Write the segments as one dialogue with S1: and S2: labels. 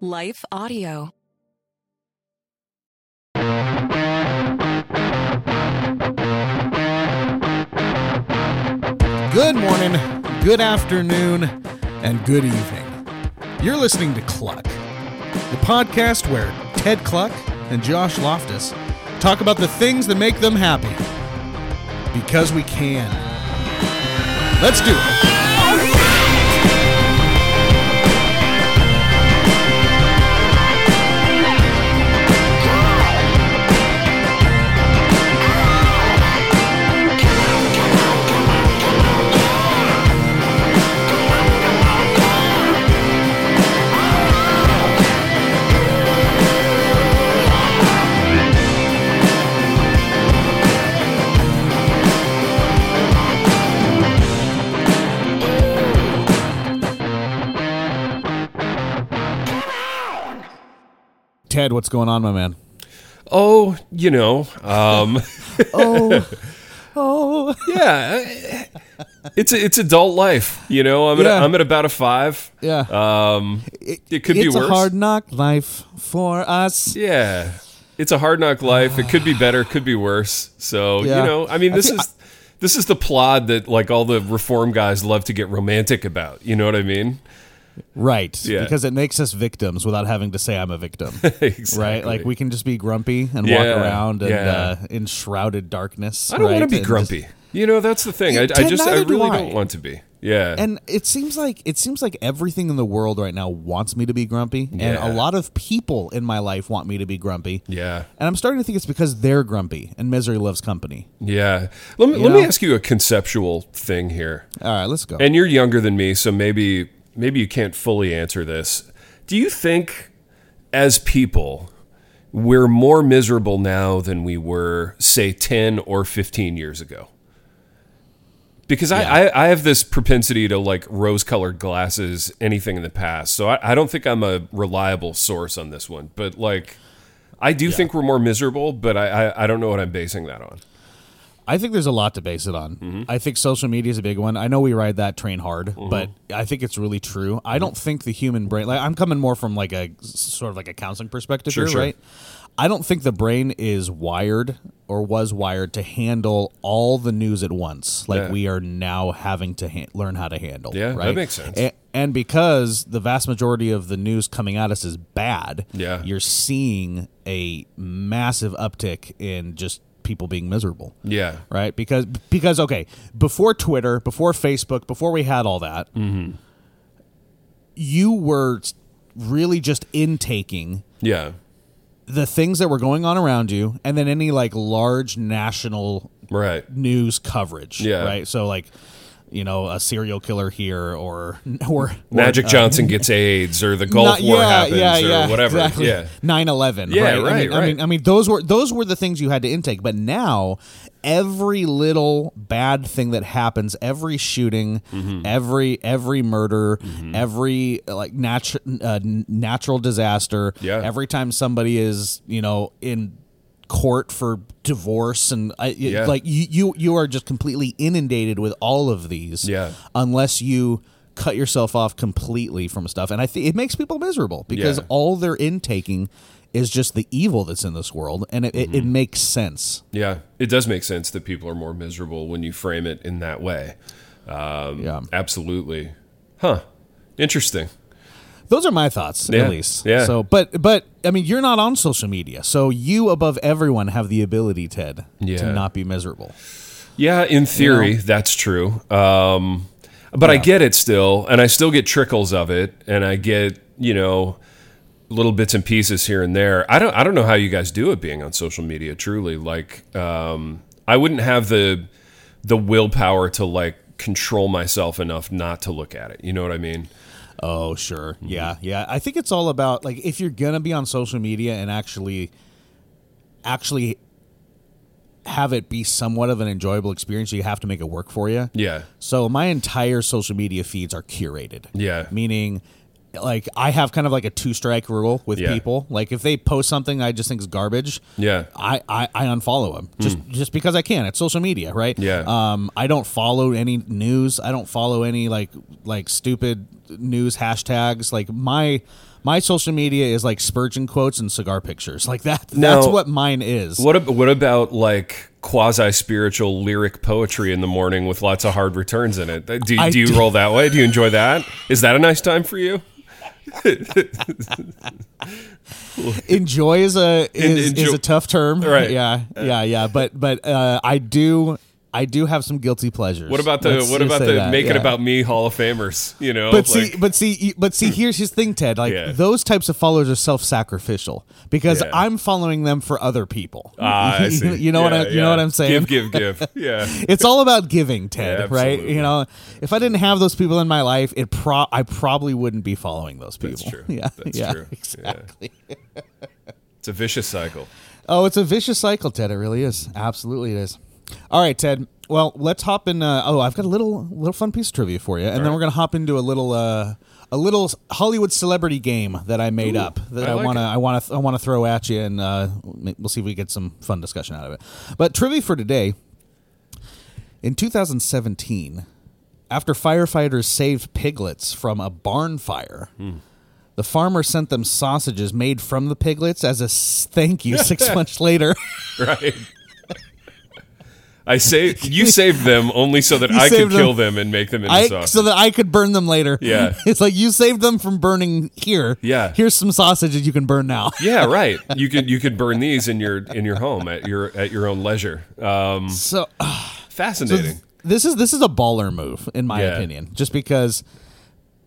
S1: Life Audio.
S2: Good morning, good afternoon, and good evening. You're listening to Cluck, the podcast where Ted Cluck and Josh Loftus talk about the things that make them happy. Because we can. Let's do it. Ted, what's going on, my man?
S3: Oh, you know, um,
S2: Oh, oh.
S3: yeah, uh, it's a, it's adult life. You know, I'm at
S2: Yeah.
S3: a, I'm at about a five.
S2: Yeah.
S3: Um, it, could be
S2: it's
S3: worse.
S2: a hard knock life for us.
S3: yeah, it's a hard knock life. It could be better. Could be worse. So
S2: Yeah.
S3: you know, I mean,
S2: I
S3: this
S2: feel-
S3: is this is the plod that like all the reform guys love to get romantic about. You know what I mean?
S2: Right.
S3: Yeah.
S2: Because it makes us victims without having to say I'm a victim.
S3: exactly.
S2: Right, like we can just be grumpy and walk
S3: Yeah,
S2: around and
S3: yeah.
S2: uh, in shrouded darkness.
S3: I don't
S2: right?
S3: want to
S2: And
S3: be
S2: just-
S3: grumpy. you know, that's the thing. I, I
S2: Ted,
S3: just I
S2: neither do
S3: really
S2: I.
S3: don't want to be. Yeah.
S2: and it seems like it seems like everything in the world right now wants me to be grumpy, and
S3: Yeah.
S2: a lot of people in my life want me to be grumpy.
S3: yeah.
S2: And I'm starting to think it's because they're grumpy and misery loves company.
S3: Yeah. Let me let me
S2: know?
S3: ask you a conceptual thing here.
S2: All right, let's go.
S3: And you're younger than me, so maybe maybe you can't fully answer this. Do you think as people we're more miserable now than we were say 10 or 15 years ago? Because I, I, I have this propensity to like rose colored glasses, anything in the past. So I, I don't think I'm a reliable source on this one. But like, I do think we're more miserable, but I, I, I don't know what I'm basing that on.
S2: I think there's a lot to base it on.
S3: Mm-hmm.
S2: I think social media is a big one. I know we ride that train hard, but I think it's really true.
S3: Mm-hmm.
S2: I don't think the human brain. Like I'm coming more from like a s- sort of like a counseling perspective
S3: Sure,
S2: here,
S3: sure.
S2: right? I don't think the brain is wired or was wired to handle all the news at once, like
S3: Yeah.
S2: we are now having to ha- learn how to handle.
S3: Yeah, that
S2: right?
S3: makes sense.
S2: A- and because the vast majority of the news coming at us is bad,
S3: Yeah.
S2: you're seeing a massive uptick in just people being miserable
S3: Yeah.
S2: right because because okay before twitter before facebook before we had all that you were really just intaking
S3: Yeah.
S2: the things that were going on around you and then any like large national
S3: Right.
S2: news coverage
S3: Yeah.
S2: right so like you know a serial killer here or or uh,
S3: Magic Johnson gets AIDS or the Gulf
S2: Not-
S3: War happens or whatever.
S2: Exactly.
S3: Yeah.
S2: 9/11.
S3: Yeah,
S2: right. I
S3: right,
S2: mean, I mean,
S3: right.
S2: I mean, those were those were the things you had to intake. But now, every little bad thing that happens, every shooting,
S3: Mm-hmm.
S2: every every murder, every like natural uh, n- natural disaster,
S3: Yeah.
S2: every time somebody is you know in court for divorce and I, it-
S3: Yeah.
S2: like you, you you are just completely inundated with all of these
S3: Yeah.
S2: unless you cut yourself off completely from stuff. And I think it makes people miserable because
S3: Yeah.
S2: all they're intaking is just the evil that's in this world, and it,
S3: Mm-hmm.
S2: it, it makes sense.
S3: Yeah. It does make sense that people are more miserable when you frame it in that way. Um,
S2: Yeah.
S3: Absolutely. Huh. Interesting.
S2: Those are my thoughts,
S3: Yeah.
S2: at least.
S3: Yeah.
S2: So, but but I mean, you're not on social media, so you above everyone have the ability, Ted,
S3: Yeah.
S2: to not be miserable.
S3: Yeah. In theory, that's true. Um, but I get it still, and I still get trickles of it, and I get you know little bits and pieces here and there. I don't I don't know how you guys do it being on social media. Truly, like um, I wouldn't have the the willpower to like control myself enough not to look at it. You know what I mean?
S2: Oh, sure.
S3: Mm-hmm.
S2: Yeah. Yeah. I think it's all about like if you're going to be on social media and actually actually have it be somewhat of an enjoyable experience, you have to make it work for you.
S3: Yeah.
S2: So my entire social media feeds are curated.
S3: Yeah.
S2: Meaning like I have kind of like a two strike rule with
S3: Yeah.
S2: people. Like if they post something I just think is garbage,
S3: Yeah.
S2: I, I, I unfollow them just just because I can. It's social media, right?
S3: Hmm. Yeah.
S2: Um, I don't follow any news. I don't follow any like like stupid news hashtags. Like my My social media is like Spurgeon quotes and cigar pictures. Like that.
S3: Now-
S2: that's what mine is.
S3: What ab- what about like quasi spiritual lyric poetry in the morning with lots of hard returns in it? Do,
S2: I
S3: do you
S2: do-
S3: roll that way? Do you enjoy that? Is that a nice time for you?
S2: enjoy is a is,
S3: enjoy-
S2: is a tough term
S3: Right.
S2: yeah yeah yeah but but uh i do i do have some guilty pleasures
S3: What about the
S2: Let's
S3: what
S2: just
S3: about
S2: say
S3: the
S2: that,
S3: make it
S2: yeah.
S3: about me Hall of Famers? You know,
S2: but
S3: like-
S2: see but see you- but see here's his thing ted like
S3: Yeah.
S2: those types of followers are self-sacrificial because
S3: Yeah.
S2: i'm following them for other people
S3: Ah, I see.
S2: you know what
S3: Yeah,
S2: i you know
S3: yeah.
S2: what i'm saying
S3: Give, give, give. Yeah.
S2: it's all about giving ted
S3: Yeah,
S2: right
S3: absolutely.
S2: you know if i didn't have those people in my life it pro i probably wouldn't be following those people
S3: That's true.
S2: yeah
S3: That's
S2: yeah
S3: true.
S2: exactly
S3: Yeah. It's a vicious cycle.
S2: Oh, it's a vicious cycle, Ted. It really is. Absolutely, it is. All right, Ted. Well, let's hop in. Uh, oh, I've got a little little fun piece of trivia for you, and then we're gonna hop into a little uh, a little Hollywood celebrity game that I made up that I,
S3: I like
S2: wanna
S3: it.
S2: I wanna I wanna throw at you, and uh, we'll see if we get some fun discussion out of it. But trivia for today. In 2017, after firefighters saved piglets from a barn fire, the farmer sent them sausages made from the piglets as a s- thank you six months later.
S3: Right. I say you saved them only so that
S2: You
S3: I could
S2: saved them.
S3: kill them and make them into
S2: I,
S3: sauce.
S2: so that I could burn them later.
S3: Yeah.
S2: It's like you saved them from burning here.
S3: Yeah.
S2: Here's some sausages you can burn now.
S3: yeah, right. You could you could burn these in your in your home at your at your own leisure. Um,
S2: So
S3: fascinating.
S2: this is this is a baller move in my
S3: Yeah.
S2: opinion just because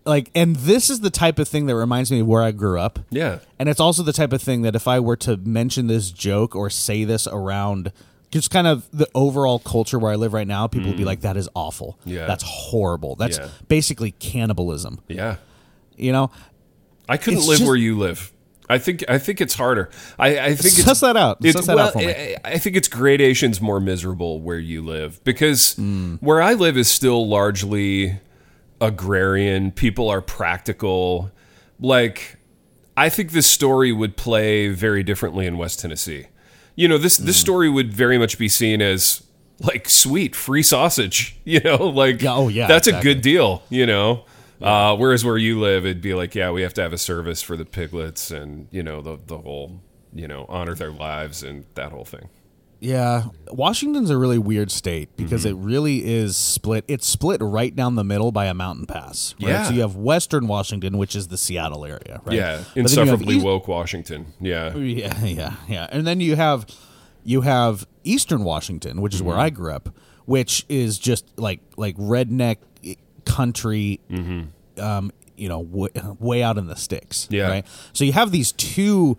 S2: like and this is the type of thing that reminds me of where I grew up.
S3: yeah.
S2: And it's also the type of thing that if I were to mention this joke or say this around just kind of the overall culture where I live right now, people would be like, that is awful.
S3: Mm. Yeah.
S2: That's horrible. That's
S3: Yeah.
S2: basically cannibalism.
S3: Yeah.
S2: You know?
S3: I couldn't
S2: It's
S3: live
S2: just-
S3: where you live. I think I think it's harder. I, I think
S2: Suss
S3: it's,
S2: that out.
S3: It,
S2: Suss that
S3: well,
S2: out for me.
S3: I, I think it's gradations more miserable where you live because where I live is still largely agrarian. People are practical. Like I think this story would play very differently in West Tennessee. You know, this this
S2: Hmm.
S3: story would very much be seen as like sweet free sausage. You know, like
S2: Yeah, oh, yeah,
S3: that's
S2: exactly.
S3: a good deal. You know. Uh, whereas where you live, it'd be like, yeah, we have to have a service for the piglets and, you know, the, the whole, you know, honor their lives and that whole thing.
S2: Yeah, Washington's a really weird state because
S3: Mm-hmm.
S2: it really is split. It's split right down the middle by a mountain pass. Right?
S3: Yeah.
S2: So you have Western Washington, which is the Seattle area, right?
S3: Yeah,
S2: But then you have
S3: insufferably
S2: East-
S3: woke Washington. Yeah,
S2: Yeah, yeah, yeah. And then you have you have Eastern Washington, which is
S3: Mm-hmm.
S2: where I grew up, which is just like like redneck country. Um, you know, w- way out in the sticks.
S3: Mm-hmm. Yeah.
S2: Right. So you have these two,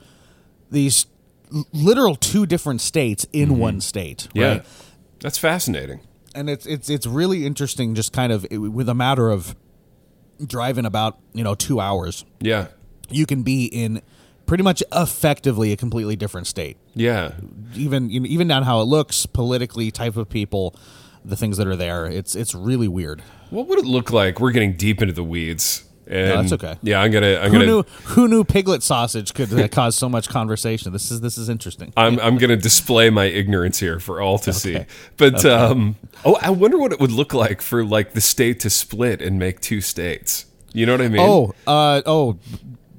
S2: these l- literal two different states in one state.
S3: Mm-hmm. yeah,
S2: Right
S3: that's fascinating.
S2: and it's it's it's really interesting just kind of with a matter of driving about you know two hours
S3: Yeah,
S2: you can be in pretty much effectively a completely different state
S3: yeah,
S2: even you know, even down how it looks politically type of people the things that are there it's it's really weird
S3: What would it look like? We're getting deep into the weeds. And
S2: that's okay.
S3: Yeah, I'm gonna. I'm
S2: who
S3: gonna.
S2: knew who knew piglet sausage could uh, cause so much conversation this is this is interesting
S3: I'm, I'm gonna display my ignorance here for all to see. But um, oh, I wonder what it would look like for like the state to split and make two states. You know what I mean?
S2: Oh, uh, oh,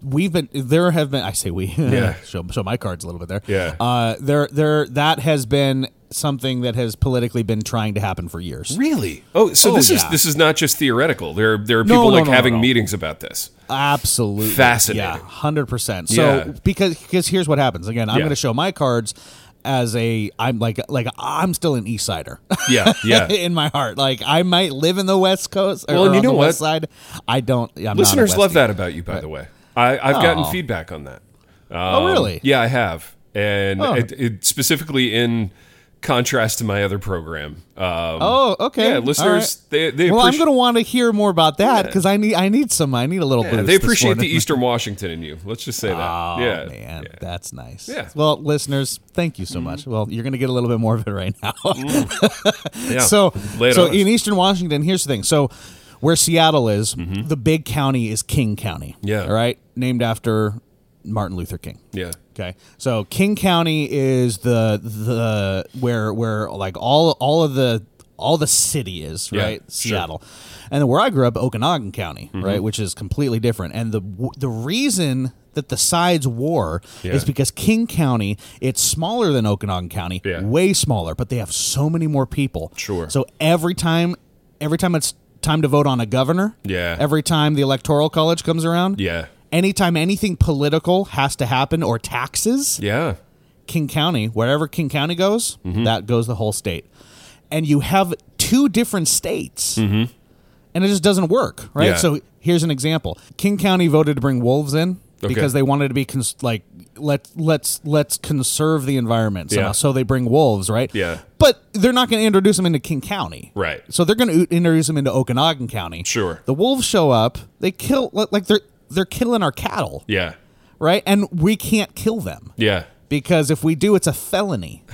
S2: we've been there. Have been I say we.
S3: Yeah.
S2: show, show my cards a little bit there.
S3: Yeah.
S2: Uh, there, there. That has been something that has politically been trying to happen for years.
S3: really? Oh, so
S2: Oh,
S3: this is
S2: yeah.
S3: this is not just theoretical. There there are people
S2: no,
S3: like
S2: no, no,
S3: having
S2: no.
S3: meetings about this.
S2: Absolutely
S3: Fascinating.
S2: Yeah, hundred percent. So
S3: Yeah.
S2: because because here's what happens. Again, I'm
S3: Yeah.
S2: going to show my cards as a I'm like like I'm still an East Sider.
S3: Yeah, yeah.
S2: in my heart, like I might live in the West Coast or
S3: Well, and you
S2: on
S3: know
S2: the
S3: what?
S2: West Side. I don't. I'm
S3: Listeners
S2: not
S3: love that about you, by the way. I, I've gotten
S2: Aw.
S3: feedback on that.
S2: Oh, really?
S3: Yeah, I have, and
S2: Oh.
S3: it, it specifically in contrast to my other program. Um,
S2: Oh, okay.
S3: yeah,
S2: All right.
S3: listeners, they they
S2: Well, I'm
S3: appreciate-
S2: going to want to hear more about that because I need I need some I need a little.
S3: yeah,
S2: boost
S3: they
S2: this
S3: appreciate the
S2: morning.
S3: Eastern Washington in you. Let's just say that.
S2: Oh
S3: yeah,
S2: man,
S3: Yeah.
S2: that's nice.
S3: Yeah. Mm-hmm.
S2: Well, listeners, thank you so much. Well, you're going to get a little bit more of it right now.
S3: Yeah.
S2: so,
S3: Lay it
S2: so
S3: on us.
S2: in Eastern Washington, here's the thing. So, where Seattle is, the big county is King County.
S3: Mm-hmm. Yeah.
S2: All right, named after Martin Luther King.
S3: yeah,
S2: Okay, so King County is the the where where like all all of the all the city is,
S3: Yeah,
S2: right?
S3: sure. Mm-hmm.
S2: Seattle. And then where I grew up, Okanagan County, right, which is completely different. And the w- the reason that the sides war
S3: Yeah.
S2: is because King County, it's smaller than Okanagan County,
S3: Yeah.
S2: way smaller, but they have so many more people.
S3: Sure.
S2: So every time every time it's time to vote on a governor,
S3: Yeah.
S2: every time the electoral college comes around,
S3: Yeah.
S2: anytime anything political has to happen or taxes,
S3: Yeah.
S2: King County, wherever King County goes,
S3: Mm-hmm.
S2: that goes the whole state. And you have two different states. And it just doesn't work, right?
S3: Mm-hmm. Yeah.
S2: So here's an example. King County voted to bring wolves in
S3: Okay.
S2: because they wanted to be cons- like let let's let's conserve the environment somehow.
S3: Yeah.
S2: So they bring wolves, right?
S3: Yeah.
S2: But they're not going to introduce them into King County.
S3: Right.
S2: So they're going to introduce them into Okanagan County.
S3: Sure.
S2: The wolves show up, they kill like they're they're killing our cattle,
S3: Yeah.
S2: right? And we can't kill them
S3: Yeah.
S2: because if we do, it's a felony.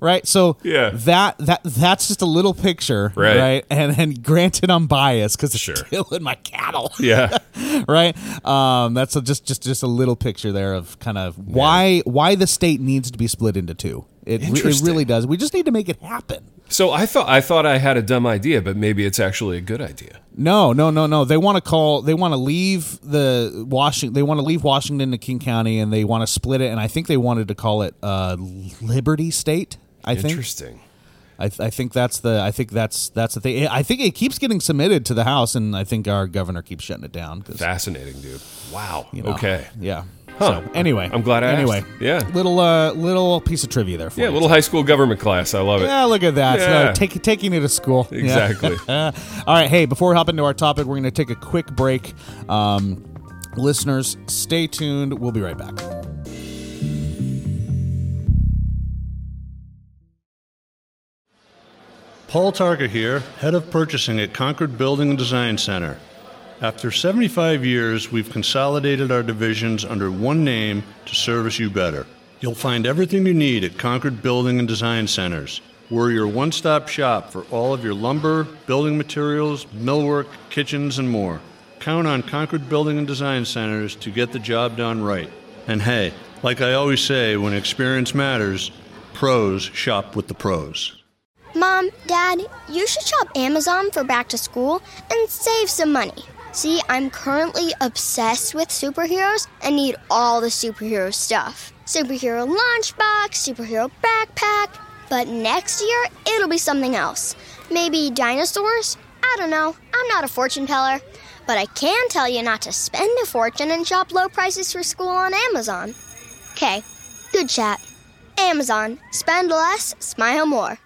S2: right? So
S3: Yeah.
S2: that that that's just a little picture,
S3: Right.
S2: And and granted, I'm biased because it's
S3: Sure.
S2: killing my cattle,
S3: Yeah.
S2: right? Um, that's a, just just just a little picture there of kind of why why the state needs to be split into two. It, re- it
S3: Interesting.
S2: really does. We just need to make it happen.
S3: So I thought I thought I had a dumb idea, but maybe it's actually a good idea.
S2: No, no, no, no. They want to call. They want to leave the Washington. They want to leave Washington to King County, and they want to split it. And I think they wanted to call it uh, Liberty State. I think.
S3: Interesting.
S2: I, th- I think that's the I think that's that's the thing. I think it keeps getting submitted to the House, and I think our governor keeps shutting it down. 'cause,
S3: Fascinating, dude. Wow.
S2: you know,
S3: Okay.
S2: yeah.
S3: Huh.
S2: Anyway,
S3: I'm glad I asked.
S2: anyway,
S3: Yeah.
S2: little uh, little piece of trivia there for
S3: Yeah,
S2: you.
S3: little high school government class. I love it.
S2: yeah, look at that.
S3: Yeah.
S2: So, take, taking you to school. Yeah.
S3: Exactly.
S2: All right, hey, before we hop into our topic, we're going to take a quick break. Um, listeners, stay tuned. We'll be right back.
S1: Paul Targa here, head of purchasing at Concord Building and Design Center. After 75 years, we've consolidated our divisions under one name to service you better. You'll find everything you need at Concord Building and Design Centers. We're your one stop shop for all of your lumber, building materials, millwork, kitchens, and more. Count on Concord Building and Design Centers to get the job done right. And hey, like I always say, when experience matters, pros shop with the pros.
S4: Mom, Dad, you should shop Amazon for back to school and save some money. See, I'm currently obsessed with superheroes and need all the superhero stuff superhero lunchbox, superhero backpack. But next year, it'll be something else. Maybe dinosaurs? I don't know. I'm not a fortune teller. But I can tell you not to spend a fortune and shop low prices for school on Amazon. Okay, good chat. Amazon, spend less, smile more.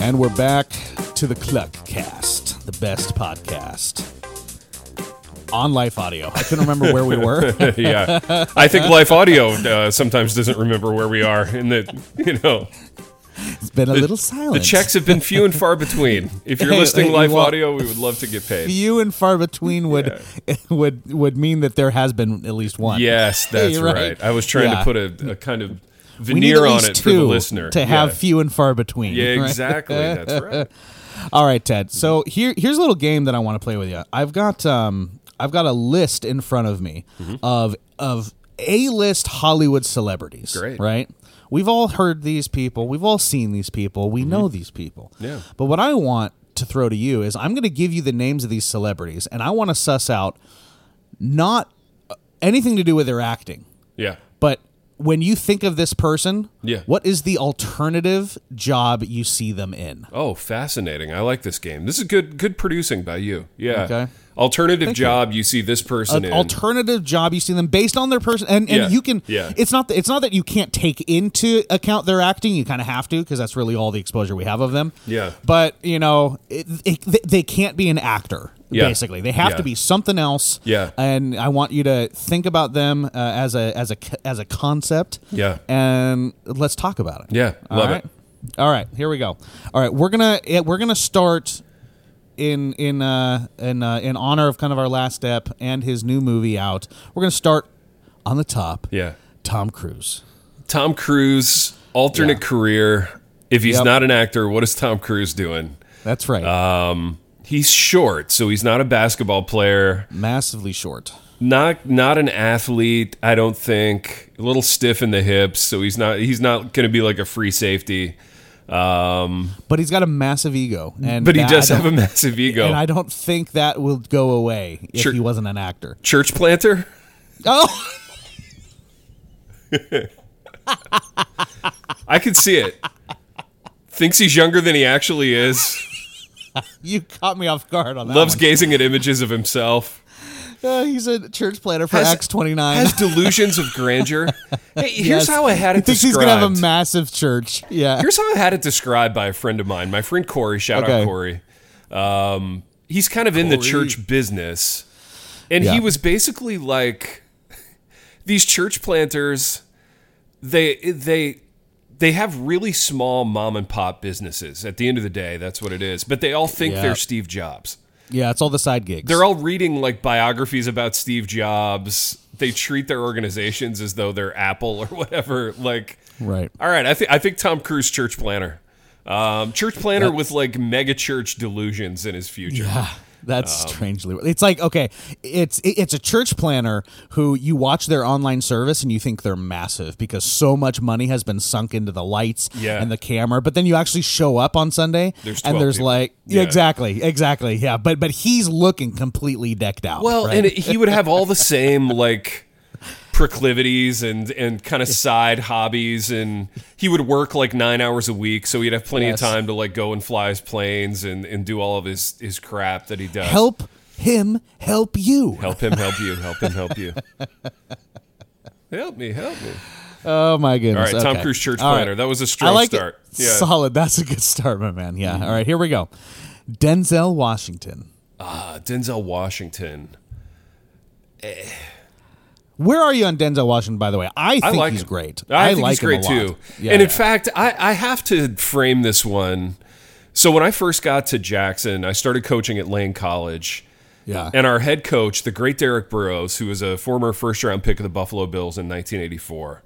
S2: And we're back to the Cluck Cast, the best podcast on Life Audio. I couldn't remember where we were.
S3: yeah. I think Life Audio uh, sometimes doesn't remember where we are, and that you know
S2: It's been a little silent.
S3: the checks have been few and far between. If you're
S2: Hey,
S3: listening
S2: hey,
S3: Life
S2: well-
S3: Audio, we would love to get paid.
S2: few and far between would would would mean that there has been at least one.
S3: Yes, that's
S2: You're
S3: right.
S2: right.
S3: I was trying
S2: Yeah.
S3: to put a, a kind of
S2: We need at
S3: veneer on
S2: least
S3: it for
S2: two
S3: the listener
S2: to have
S3: Yeah.
S2: few and far between.
S3: Yeah,
S2: right?
S3: exactly. That's right.
S2: All right, Ted. So
S3: Mm-hmm.
S2: here here's a little game that I want to play with you. I've got um I've got a list in front of me
S3: Mm-hmm.
S2: of of A list Hollywood celebrities.
S3: Great.
S2: Right? We've all heard these people, we've all seen these people, we know these people.
S3: Mm-hmm. Yeah.
S2: But what I want to throw to you is I'm gonna give you the names of these celebrities and I want to suss out not uh, anything to do with their acting,
S3: Yeah.
S2: but when you think of this person,
S3: Yeah.
S2: what is the alternative job you see them in?
S3: Oh, fascinating. I like this game. This is good good producing by you. Yeah.
S2: Okay.
S3: Alternative job you see this person
S2: an
S3: in.
S2: alternative job you see them based on their person and, and
S3: Yeah,
S2: you can
S3: yeah.
S2: it's not it's not that you can't take into account their acting you kind of have to because that's really all the exposure we have of them
S3: Yeah.
S2: but you know it, it, they- they can't be an actor
S3: Yeah.
S2: basically they have
S3: Yeah.
S2: to be something else
S3: Yeah.
S2: and i want you to think about them uh, as a as a c- as a concept
S3: Yeah.
S2: and let's talk about it
S3: yeah. Love
S2: right.
S3: it.
S2: all right here we go all right we're gonna yeah, we're gonna start in in uh, in uh, in honor of kind of our last step and his new movie out. We're gonna start on the top.
S3: Yeah.
S2: Tom Cruise.
S3: Tom Cruise, alternate
S2: Yeah.
S3: career. If he's
S2: Yep.
S3: not an actor, what is Tom Cruise doing?
S2: That's right.
S3: He's short, so he's not a basketball player.
S2: Massively short.
S3: not not an athlete i don't think a little stiff in the hips so he's not he's not going to be like a free safety um
S2: But he's got a massive ego. And
S3: but he
S2: that-
S3: does
S2: I
S3: have a
S2: don't-
S3: massive ego
S2: And I don't think that will go away if
S3: Sure.
S2: he wasn't an actor.
S3: church planter
S2: Oh,
S3: i could see it thinks he's younger than he actually is
S2: you caught me off guard on that.
S3: loves
S2: one.
S3: gazing at images of himself
S2: Uh, he's a church planner for
S3: Has-
S2: Acts 29.
S3: has delusions of grandeur hey, here's
S2: Yes.
S3: how i had
S2: he
S3: it
S2: thinks he's
S3: described
S2: gonna have a massive church. Yeah.
S3: Here's how I had it described by a friend of mine, my friend Corey. Shout
S2: Okay.
S3: out Corey. Um, he's kind of in the church business, and
S2: Yeah.
S3: he was basically like these church planters. They they they have really small mom and pop businesses. At the end of the day, that's what it is. But they all think
S2: Yeah.
S3: they're Steve Jobs.
S2: yeah, it's all the side gigs.
S3: They're all reading like biographies about Steve Jobs. They treat their organizations as though they're Apple or whatever. Like
S2: right.
S3: all right, I think I think Tom Cruise church planner, um, church planner with like mega church delusions in his future.
S2: Ah, That's
S3: Um,
S2: strangely. It's like okay, it's it- it's a church planner who you watch their online service and you think they're massive because so much money has been sunk into the lights
S3: Yeah.
S2: and the camera, but then you actually show up on Sunday
S3: There's
S2: and
S3: 12
S2: there's
S3: people.
S2: like yeah.
S3: Yeah.
S2: exactly, exactly, yeah. But but he's looking completely decked out.
S3: Well,
S2: right?
S3: and he would have all the same like proclivities and and kind of side hobbies, and he would work like nine hours a week, so he'd have plenty
S2: Yes.
S3: of time to like go and fly his planes and and do all of his his crap that he does.
S2: help him help you.
S3: help him, help you, help him, help you. Help me, help me.
S2: Oh my
S3: All
S2: goodness.
S3: right, Tom
S2: okay.
S3: Cruise church
S2: All right.
S3: planner. That was a strong
S2: I like
S3: start. Mm-hmm.
S2: It. Solid. That's a good start, my man. Yeah. All right, here we go. Denzel Washington.
S3: Uh, Denzel Washington.
S2: Where are you on Denzel Washington, by the way? I think
S3: I like
S2: he's
S3: him.
S2: great.
S3: I, think
S2: like
S3: he's great
S2: him a
S3: too.
S2: lot. Yeah,
S3: and in
S2: yeah.
S3: fact, I, I have to frame this one. So when I first got to Jackson, I started coaching at Lane College,
S2: yeah.
S3: and our head coach, the great Derek Burrows, who was a former first round pick of the Buffalo Bills in 1984.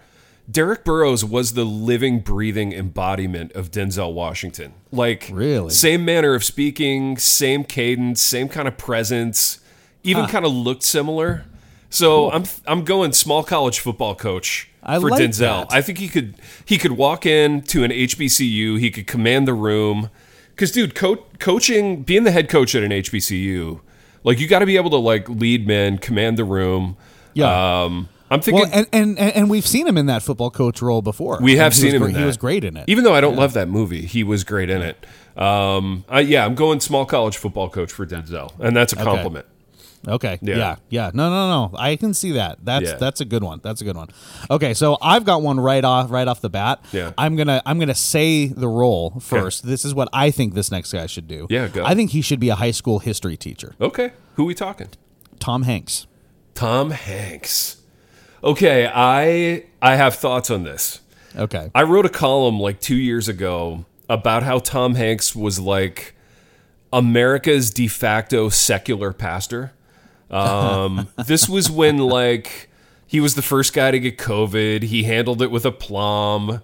S3: Derek Burrows was the living, breathing embodiment of Denzel Washington. Like,
S2: Really?
S3: same manner of speaking, same cadence, same kind of presence, even kind of looked similar. So I'm I'm going small college football coach
S2: I
S3: for
S2: like
S3: Denzel.
S2: that.
S3: I think he could he could walk in to an HBCU, he could command the room. Cuz dude, co- coaching, being the head coach at an HBCU, like you got to be able to like lead men, command the room.
S2: Yeah.
S3: Um I'm thinking
S2: well, and, and and and we've seen him in that football coach role before.
S3: we
S2: And
S3: have
S2: he
S3: seen
S2: was
S3: him.
S2: great-
S3: in that.
S2: He was great in it.
S3: Even though I don't love that movie, he was great in it. Um, I, yeah, I'm going small college football coach for Denzel, and that's a compliment.
S2: okay. Yeah.
S3: Yeah.
S2: yeah. No. No. No. I can see that. That's
S3: Yeah.
S2: that's a good one. That's a good one. Okay. So I've got one right off right off the bat.
S3: Yeah.
S2: I'm gonna I'm gonna say the role first. This is what I think this next guy should do.
S3: Yeah, go.
S2: I think he should be a high school history teacher.
S3: Okay, who we talking?
S2: Tom Hanks.
S3: Tom Hanks. Okay, I I have thoughts on this.
S2: Okay.
S3: I wrote a column like two years ago about how Tom Hanks was like America's de facto secular pastor. Um, this was when like he was the first guy to get COVID. He handled it with aplomb.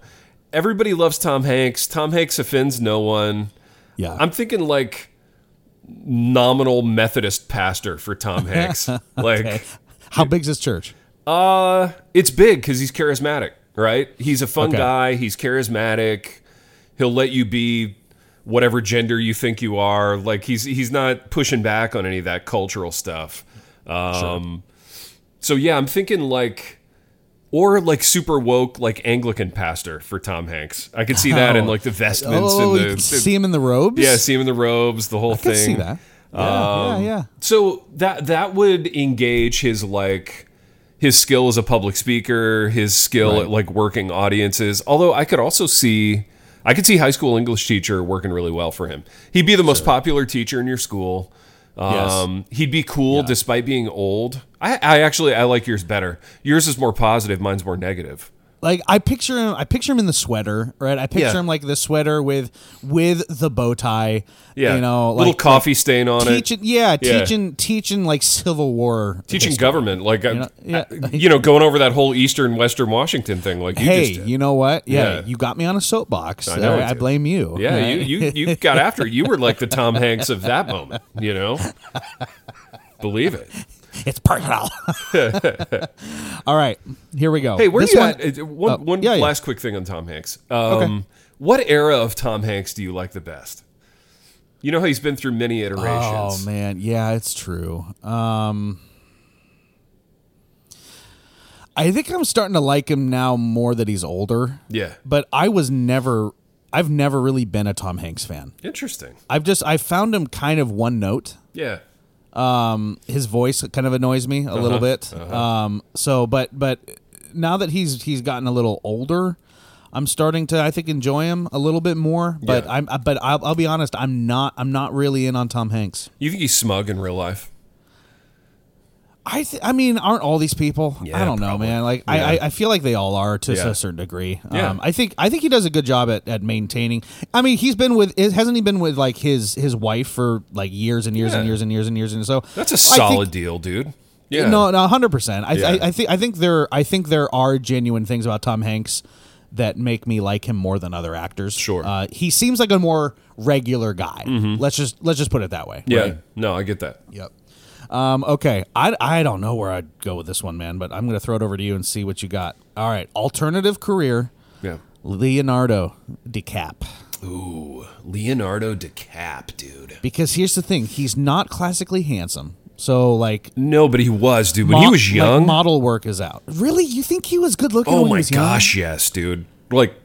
S3: Everybody loves Tom Hanks. Tom Hanks offends no one.
S2: yeah.
S3: I'm thinking like nominal Methodist pastor for Tom Hanks. Like
S2: How big's his church?
S3: uh, it's big because he's charismatic, right? He's a fun
S2: Okay.
S3: guy. He's charismatic. He'll let you be whatever gender you think you are. Like he's he's not pushing back on any of that cultural stuff. Um, So yeah, I'm thinking like, or like super woke like Anglican pastor for Tom Hanks. I could see that in
S2: Oh.
S3: like the vestments
S2: Oh,
S3: and
S2: you
S3: the,
S2: can see him in the robes.
S3: yeah, see him in the robes, the whole
S2: I can
S3: thing. Um,
S2: see that. Yeah, yeah, yeah.
S3: So that that would engage his like his skill as a public speaker, his skill at like working audiences. Although I could also see I could see high school English teacher working really well for him. He'd be the most popular teacher in your school. Um, he'd be cool despite being old. I, I actually I like yours better. Yours is more positive, mine's more negative.
S2: Like I picture him, I picture him in the sweater, right? I picture
S3: Yeah.
S2: him like the sweater with with the bow tie.
S3: Yeah,
S2: you know,
S3: little
S2: like
S3: coffee stain on it.
S2: teaching, yeah,
S3: Yeah.
S2: teaching, teaching like Civil War,
S3: Teaching government, like you
S2: know,
S3: know,
S2: yeah.
S3: you know, going over that whole Eastern Western Washington thing, like you
S2: hey,
S3: just did.
S2: you know what? Yeah,
S3: Yeah.
S2: you got me on a soapbox. I,
S3: I know it
S2: I
S3: did.
S2: blame you.
S3: yeah,
S2: right?
S3: you, you you got after. it. You were like the Tom Hanks of that moment, you know. Believe it.
S2: it's personal. All right, here we go.
S3: Hey, where
S2: this
S3: do you
S2: one,
S3: at? uh, One,
S2: oh,
S3: one
S2: yeah, yeah.
S3: last quick thing on Tom Hanks. Um, What era of Tom Hanks do you like the best? You know how he's been through many
S2: Oh
S3: iterations.
S2: man, yeah, it's true. Um, I think I'm starting to like him now more that he's older.
S3: Yeah.
S2: but I was never. I've never really been a Tom Hanks fan.
S3: Interesting.
S2: I've just I found him kind of one note.
S3: Yeah.
S2: his voice kind of annoys me a little bit. Um, so, but but now that he's he's gotten a little older, I'm starting to I think enjoy him a little bit more. But
S3: Yeah.
S2: I'm I- but I'll, I'll be honest, I'm not I'm not really in on Tom Hanks.
S3: You think he's smug in real life?
S2: I th- I mean, aren't all these people? I
S3: Yeah,
S2: don't know,
S3: probably.
S2: man. Like I, I I feel like they all are to a
S3: Yeah.
S2: certain degree.
S3: Yeah.
S2: Um, I think I think he does a good job at, at maintaining. I mean, he's been with is- hasn't he been with like his his wife for like years and years and
S3: Yeah.
S2: years and years and years and so
S3: That's a
S2: I think-
S3: solid deal, dude. Yeah.
S2: No, no, hundred percent. I,
S3: Yeah.
S2: I, I think I think there I think there are genuine things about Tom Hanks that make me like him more than other actors.
S3: Sure. Mm-hmm.
S2: uh, he seems like a more regular guy. Let's just let's just put it that way.
S3: yeah.
S2: right?
S3: No, I get that.
S2: Yep. Um, okay, I, I don't know where I'd go with this one, man, but I'm gonna throw it over to you and see what you got. All right, alternative career,
S3: Yeah.
S2: Leonardo DiCap.
S3: Leonardo DiCap, dude.
S2: Because here's the thing, he's not classically handsome. So like
S3: No, but he was, dude. When he
S2: mo-
S3: was
S2: like,
S3: young.
S2: model work is out. Really, you think he was good looking?
S3: oh
S2: when he
S3: my
S2: was young?
S3: gosh, yes, dude. Like,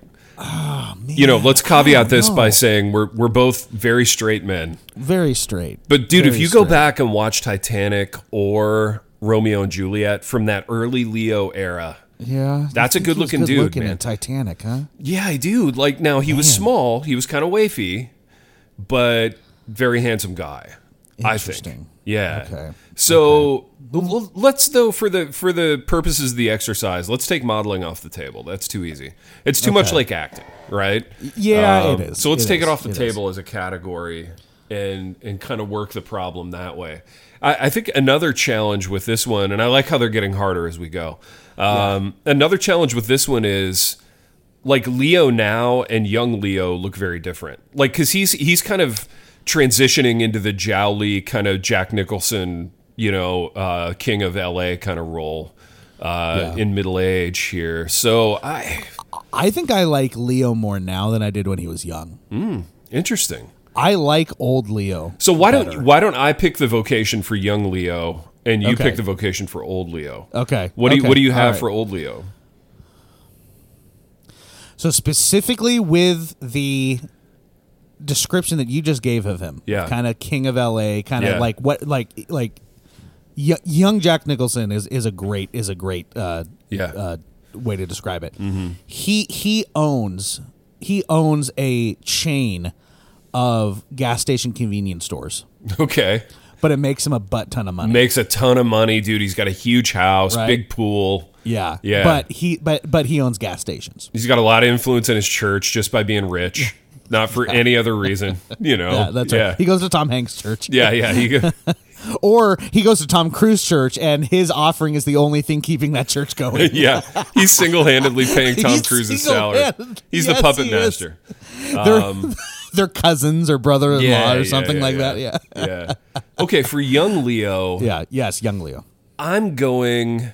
S3: you know, let's caveat this by saying we're we're both very straight men.
S2: very straight.
S3: But dude,
S2: Very
S3: if you go
S2: straight.
S3: back and watch Titanic or Romeo and Juliet from that early Leo era,
S2: yeah,
S3: That's
S2: you
S3: a
S2: think he was
S3: good-looking dude,
S2: Looking
S3: man.
S2: in Titanic, huh?
S3: yeah, I do. Like now, he was small, he was kind of wafy, but very handsome guy. I think.
S2: Interesting.
S3: Yeah.
S2: Okay.
S3: So l- l- let's though for the for the purposes of the exercise, let's take modeling off the table. That's too easy. It's too much like acting, right?
S2: Yeah,
S3: Um,
S2: it is.
S3: So let's take it
S2: is.
S3: off the
S2: is.
S3: table as a category and and kind of work the problem that way. I, I think another challenge with this one, and I like how they're getting harder as we go. Um, Another challenge with this one is like Leo now and young Leo look very different. Like because he's he's kind of transitioning into the jowly kind of Jack Nicholson, you know, uh, King of L.A. kind of role. Uh,
S2: Yeah.
S3: In middle age here, so I
S2: I think I like Leo more now than I did when he was young.
S3: interesting.
S2: I like old Leo.
S3: So why don't why don't I pick the vocation for young Leo and you
S2: Okay.
S3: pick the vocation for old Leo?
S2: Okay.
S3: What do you
S2: okay,
S3: what do you have
S2: alright.
S3: for old Leo?
S2: So specifically with the description that you just gave of him,
S3: Yeah.
S2: kind of king of L.A., kind of
S3: Yeah.
S2: like what, like like y- young Jack Nicholson is is a great is a great uh,
S3: Yeah. Mm-hmm.
S2: uh, way to describe it. He he owns he owns a chain of gas station convenience stores,
S3: Okay.
S2: but it makes him a butt ton of money.
S3: Makes a ton of money, dude. He's got a huge house,
S2: Right.
S3: big pool.
S2: yeah,
S3: Yeah.
S2: But he but but he owns gas stations.
S3: He's got a lot of influence in his church just by being rich. Not for any other reason, you know.
S2: Yeah, that's
S3: Oh, yeah.
S2: right. He goes to Tom Hanks church.
S3: yeah, yeah. He go-
S2: Or he goes to Tom Cruise Church, and his offering is the only thing keeping that church going.
S3: yeah. He's single handedly paying Tom
S2: He's
S3: Cruise's salary.
S2: single-handed.
S3: He's
S2: Yes,
S3: the puppet
S2: he is.
S3: master.
S2: They're, they're cousins or brother-in-law
S3: Um, Yeah,
S2: or
S3: yeah,
S2: something
S3: yeah,
S2: like
S3: yeah.
S2: that. Yeah,
S3: Yeah. Okay, for young Leo,
S2: yeah, yes, young Leo.
S3: I'm going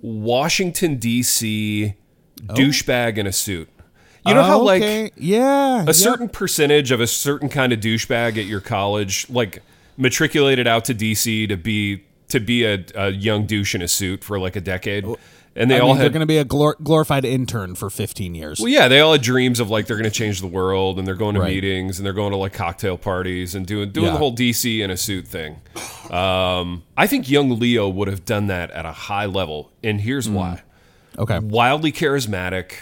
S3: Washington D.C. douchebag in a suit. You know how like
S2: Oh. Okay, yeah,
S3: a certain percentage of a certain kind of douchebag at your college like matriculated out to D.C. to be to be a, a young douche in a suit for like a decade, and they
S2: Oh, I
S3: all
S2: mean, they're
S3: had.
S2: going to be a glor- glorified intern for 15 years.
S3: well, yeah, they all had dreams of like they're going to change the world, and they're going to
S2: Right.
S3: meetings, and they're going to like cocktail parties, and doing doing
S2: Yeah.
S3: the whole DC in a suit thing. Um, I think young Leo would have done that at a high level, and
S2: Hmm.
S3: here's why:
S2: okay.
S3: wildly charismatic,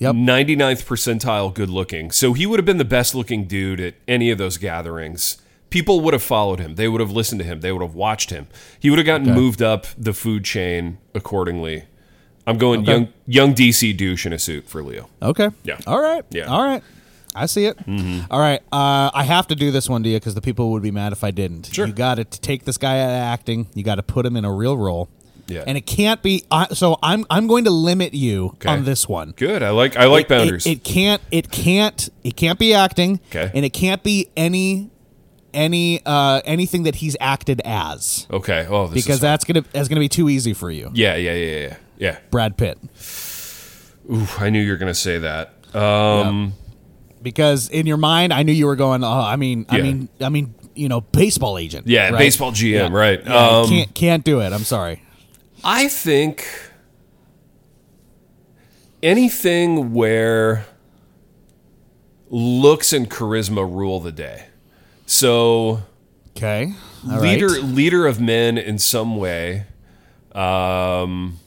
S2: Yep.
S3: 99th percentile good looking. So he would have been the best looking dude at any of those gatherings. People would have followed him. They would have listened to him. They would have watched him. He would have gotten moved up the food chain accordingly. I'm going young young DC douche in a suit for Leo.
S2: Okay.
S3: Yeah.
S2: All right.
S3: Yeah. Mm-hmm.
S2: All right. I see it. All right. Uh, I have to do this one to you because the people would be mad if I didn't. Sure. You got to take this guy out of acting. You got to put him in a real role.
S3: Yeah.
S2: And it can't be. I so I'm I'm going to limit you on this one.
S3: Good. I like I like
S2: It-
S3: boundaries.
S2: It, can't. It can't. It can't be acting.
S3: Okay.
S2: And it can't be any any uh anything that he's acted as
S3: okay. Oh, this
S2: because
S3: is,
S2: that's gonna that's gonna be too easy for you.
S3: yeah, yeah, yeah, yeah, yeah.
S2: Brad Pitt.
S3: Ooh, I knew you were gonna say that. Um,
S2: because in your mind I knew you were going. Oh, I mean, I
S3: Yeah.
S2: mean, I mean, you know, baseball agent.
S3: yeah,
S2: right?
S3: baseball GM, right?
S2: Yeah,
S3: um,
S2: can't can't do it. I'm sorry.
S3: I think anything where looks and charisma rule the day. So
S2: Okay, All right.
S3: leader leader of men in some way um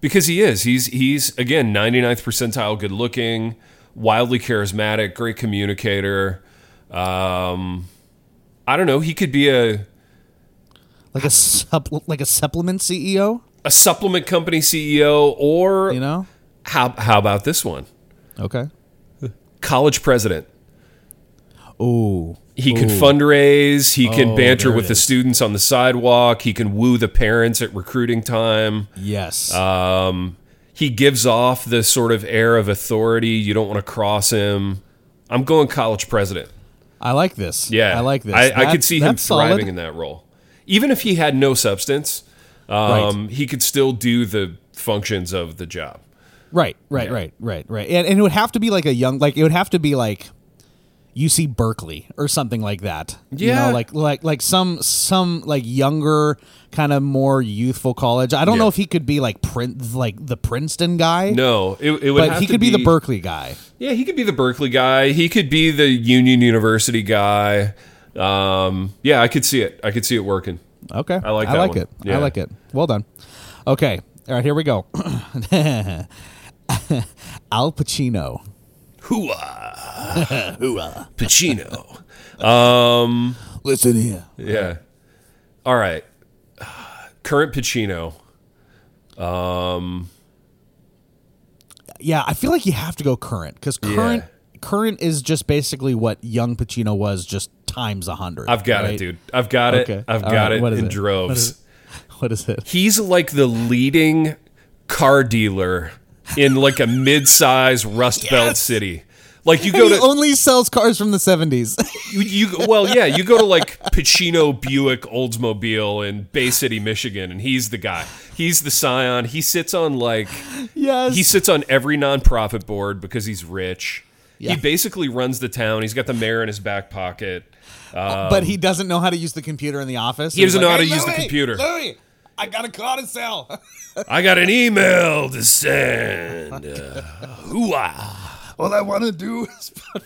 S3: because he is he's he's again 99th percentile good looking wildly charismatic great communicator um i don't know he could be a
S2: like a sup, like a supplement CEO.
S3: a supplement company ceo or
S2: You know.
S3: how how about this one
S2: Okay.
S3: college president
S2: Ooh.
S3: He can fundraise. He can
S2: Oh,
S3: banter
S2: there it
S3: with the
S2: is.
S3: students on the sidewalk. He can woo the parents at recruiting time.
S2: Yes.
S3: Uh, He gives off the sort of air of authority. You don't want to cross him. I'm going college president.
S2: I like this.
S3: Yeah,
S2: I like this.
S3: I, I
S2: That-
S3: could see him
S2: that's solid.
S3: thriving in that role, even if he had no substance. Um, He could still do the functions of the job.
S2: Right, right, right, right, right. And, and it would have to be like a young, like it would have to be like UC Berkeley or something like that.
S3: Yeah.
S2: you know, like like like some some like younger kind of more youthful college. I don't
S3: Yeah.
S2: know if he could be like print like the Princeton guy.
S3: No, it, it would.
S2: But
S3: have
S2: he
S3: to
S2: could be, the Berkeley guy.
S3: Yeah, he could be the Berkeley guy. He could be the Union University guy. Um, yeah, I could see it. I could see it working.
S2: Okay, I
S3: like
S2: I
S3: that
S2: like
S3: one.
S2: it.
S3: Yeah.
S2: I like it. Well done. Okay, all right, here we go. Al Pacino.
S3: Hooah. Hooah. Pacino. Um,
S2: Listen here.
S3: yeah. All right. Current Pacino.
S2: Yeah, I feel like you have to go current because current current is just basically what young Pacino was, just times a hundred.
S3: I've got it,
S2: right?
S3: dude. I've got it. I've
S2: All
S3: got
S2: right, what
S3: it
S2: is
S3: in
S2: it?
S3: droves.
S2: What is, what is it?
S3: He's like the leading car dealer in like a mid-size Rust Belt city. Like you go
S2: he
S3: to
S2: only sells cars from the seventies.
S3: You, you well, yeah, you go to like Pacino Buick Oldsmobile in Bay City, Michigan, and he's the guy. He's the scion. He sits on like
S2: yes,
S3: he sits on every nonprofit board because he's rich.
S2: Yeah.
S3: He basically runs the town. He's got the mayor in his back pocket.
S2: but he doesn't know how to use the computer in the office.
S3: um, He
S2: and he's
S3: doesn't know
S2: like,
S3: how to
S2: "Hey,
S3: use the
S2: Louis,
S3: computer.
S2: Louis, I got a car to sell.
S3: I got an email to send. Uh, hoo-ah.
S2: All I want to do is.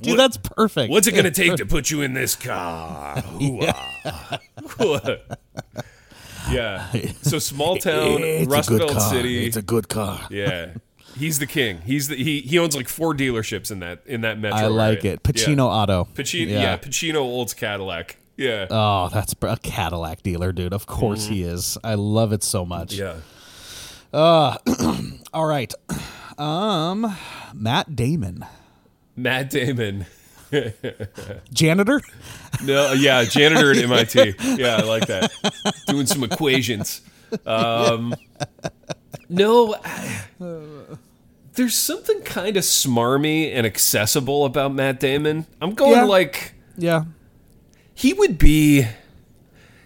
S2: Dude, that's perfect.
S3: What's it going to take to put you in this car? Hoo-ah. yeah. So small town, Rust Belt city.
S2: good car.
S3: Yeah. He's the king. He's the he he owns like four dealerships in that in that metro.
S2: I like
S3: area.
S2: it. Pacino
S3: Yeah.
S2: Auto.
S3: Pacino yeah. Pacino Olds Cadillac. Yeah.
S2: Oh, that's a Cadillac dealer, dude. Of course he is. I love it so much.
S3: Mm-hmm. yeah.
S2: All right. Um, Matt Damon.
S3: Matt Damon.
S2: Janitor?
S3: No, yeah, janitor at MIT. Yeah, I like that. Doing some equations. Um No, I- there's something kind of smarmy and accessible about Matt Damon. I'm going
S2: Yeah.
S3: like
S2: Yeah.
S3: he would be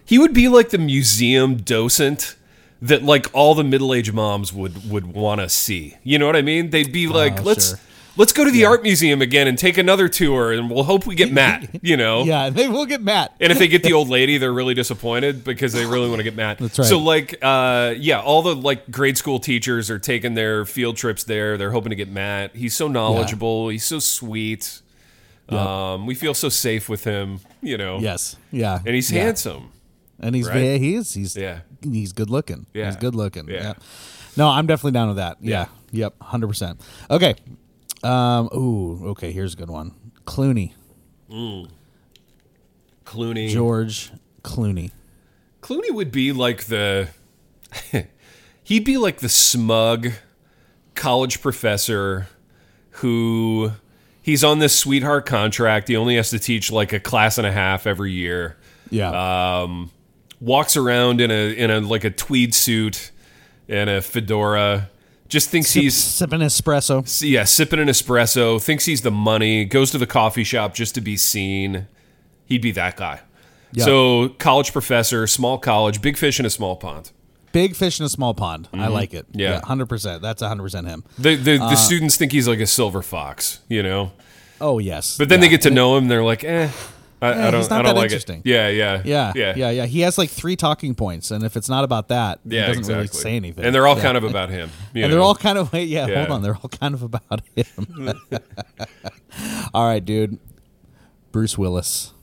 S3: he would be like the museum docent that like all the middle-aged moms would would want to see you know what i mean they'd be like let's
S2: Oh, sure.
S3: let's go to the art museum again and take another tour and we'll hope we get matt you know
S2: Yeah, they will get Matt.
S3: and if they get the old lady they're really disappointed because they really want to get matt that's
S2: right.
S3: so like uh yeah all the like grade school teachers are taking their field trips there they're hoping to get matt he's so knowledgeable he's so sweet um we feel so safe with him you know
S2: Yes. Yeah.
S3: and he's
S2: yeah.
S3: handsome.
S2: And he's
S3: right?
S2: yeah, he is. He's
S3: Yeah.
S2: he's good looking.
S3: Yeah.
S2: He's good looking.
S3: Yeah.
S2: Yeah. No, I'm definitely down with that.
S3: Yeah.
S2: Yeah. Yep. Hundred percent. Okay. Um, ooh, okay, here's a good one. Clooney.
S3: Clooney, Mm.
S2: George Clooney.
S3: Clooney would be like the he'd be like the smug college professor who he's on this sweetheart contract. He only has to teach like a class and a half every year.
S2: Yeah.
S3: Uh, Walks around in a in a like a tweed suit and a fedora. Just thinks he's
S2: sipping espresso.
S3: yeah, sipping an espresso, thinks he's the money, goes to the coffee shop just to be seen. He'd be that guy.
S2: Yeah.
S3: So, college professor, small college, big fish in a small pond.
S2: Big fish in a small pond. I like it.
S3: Mm-hmm. Yeah.
S2: Hundred percent. That's hundred percent him.
S3: The the, the
S2: Uh,
S3: students think he's like a silver fox, you know.
S2: Oh yes.
S3: But then they
S2: Yeah.
S3: get to know him, and they're like, eh, I, I
S2: he's not
S3: don't, I don't
S2: that
S3: like
S2: interesting.
S3: it. Yeah, yeah,
S2: Yeah,
S3: yeah,
S2: yeah, yeah, He has like three talking points, and if it's not about that, he
S3: Yeah,
S2: doesn't
S3: exactly.
S2: really say anything.
S3: and they're all
S2: Yeah.
S3: kind of about him. you
S2: and they're
S3: know.
S2: all kind of wait, yeah,
S3: Yeah.
S2: Hold on, they're all kind of about him. all right, dude. Bruce Willis.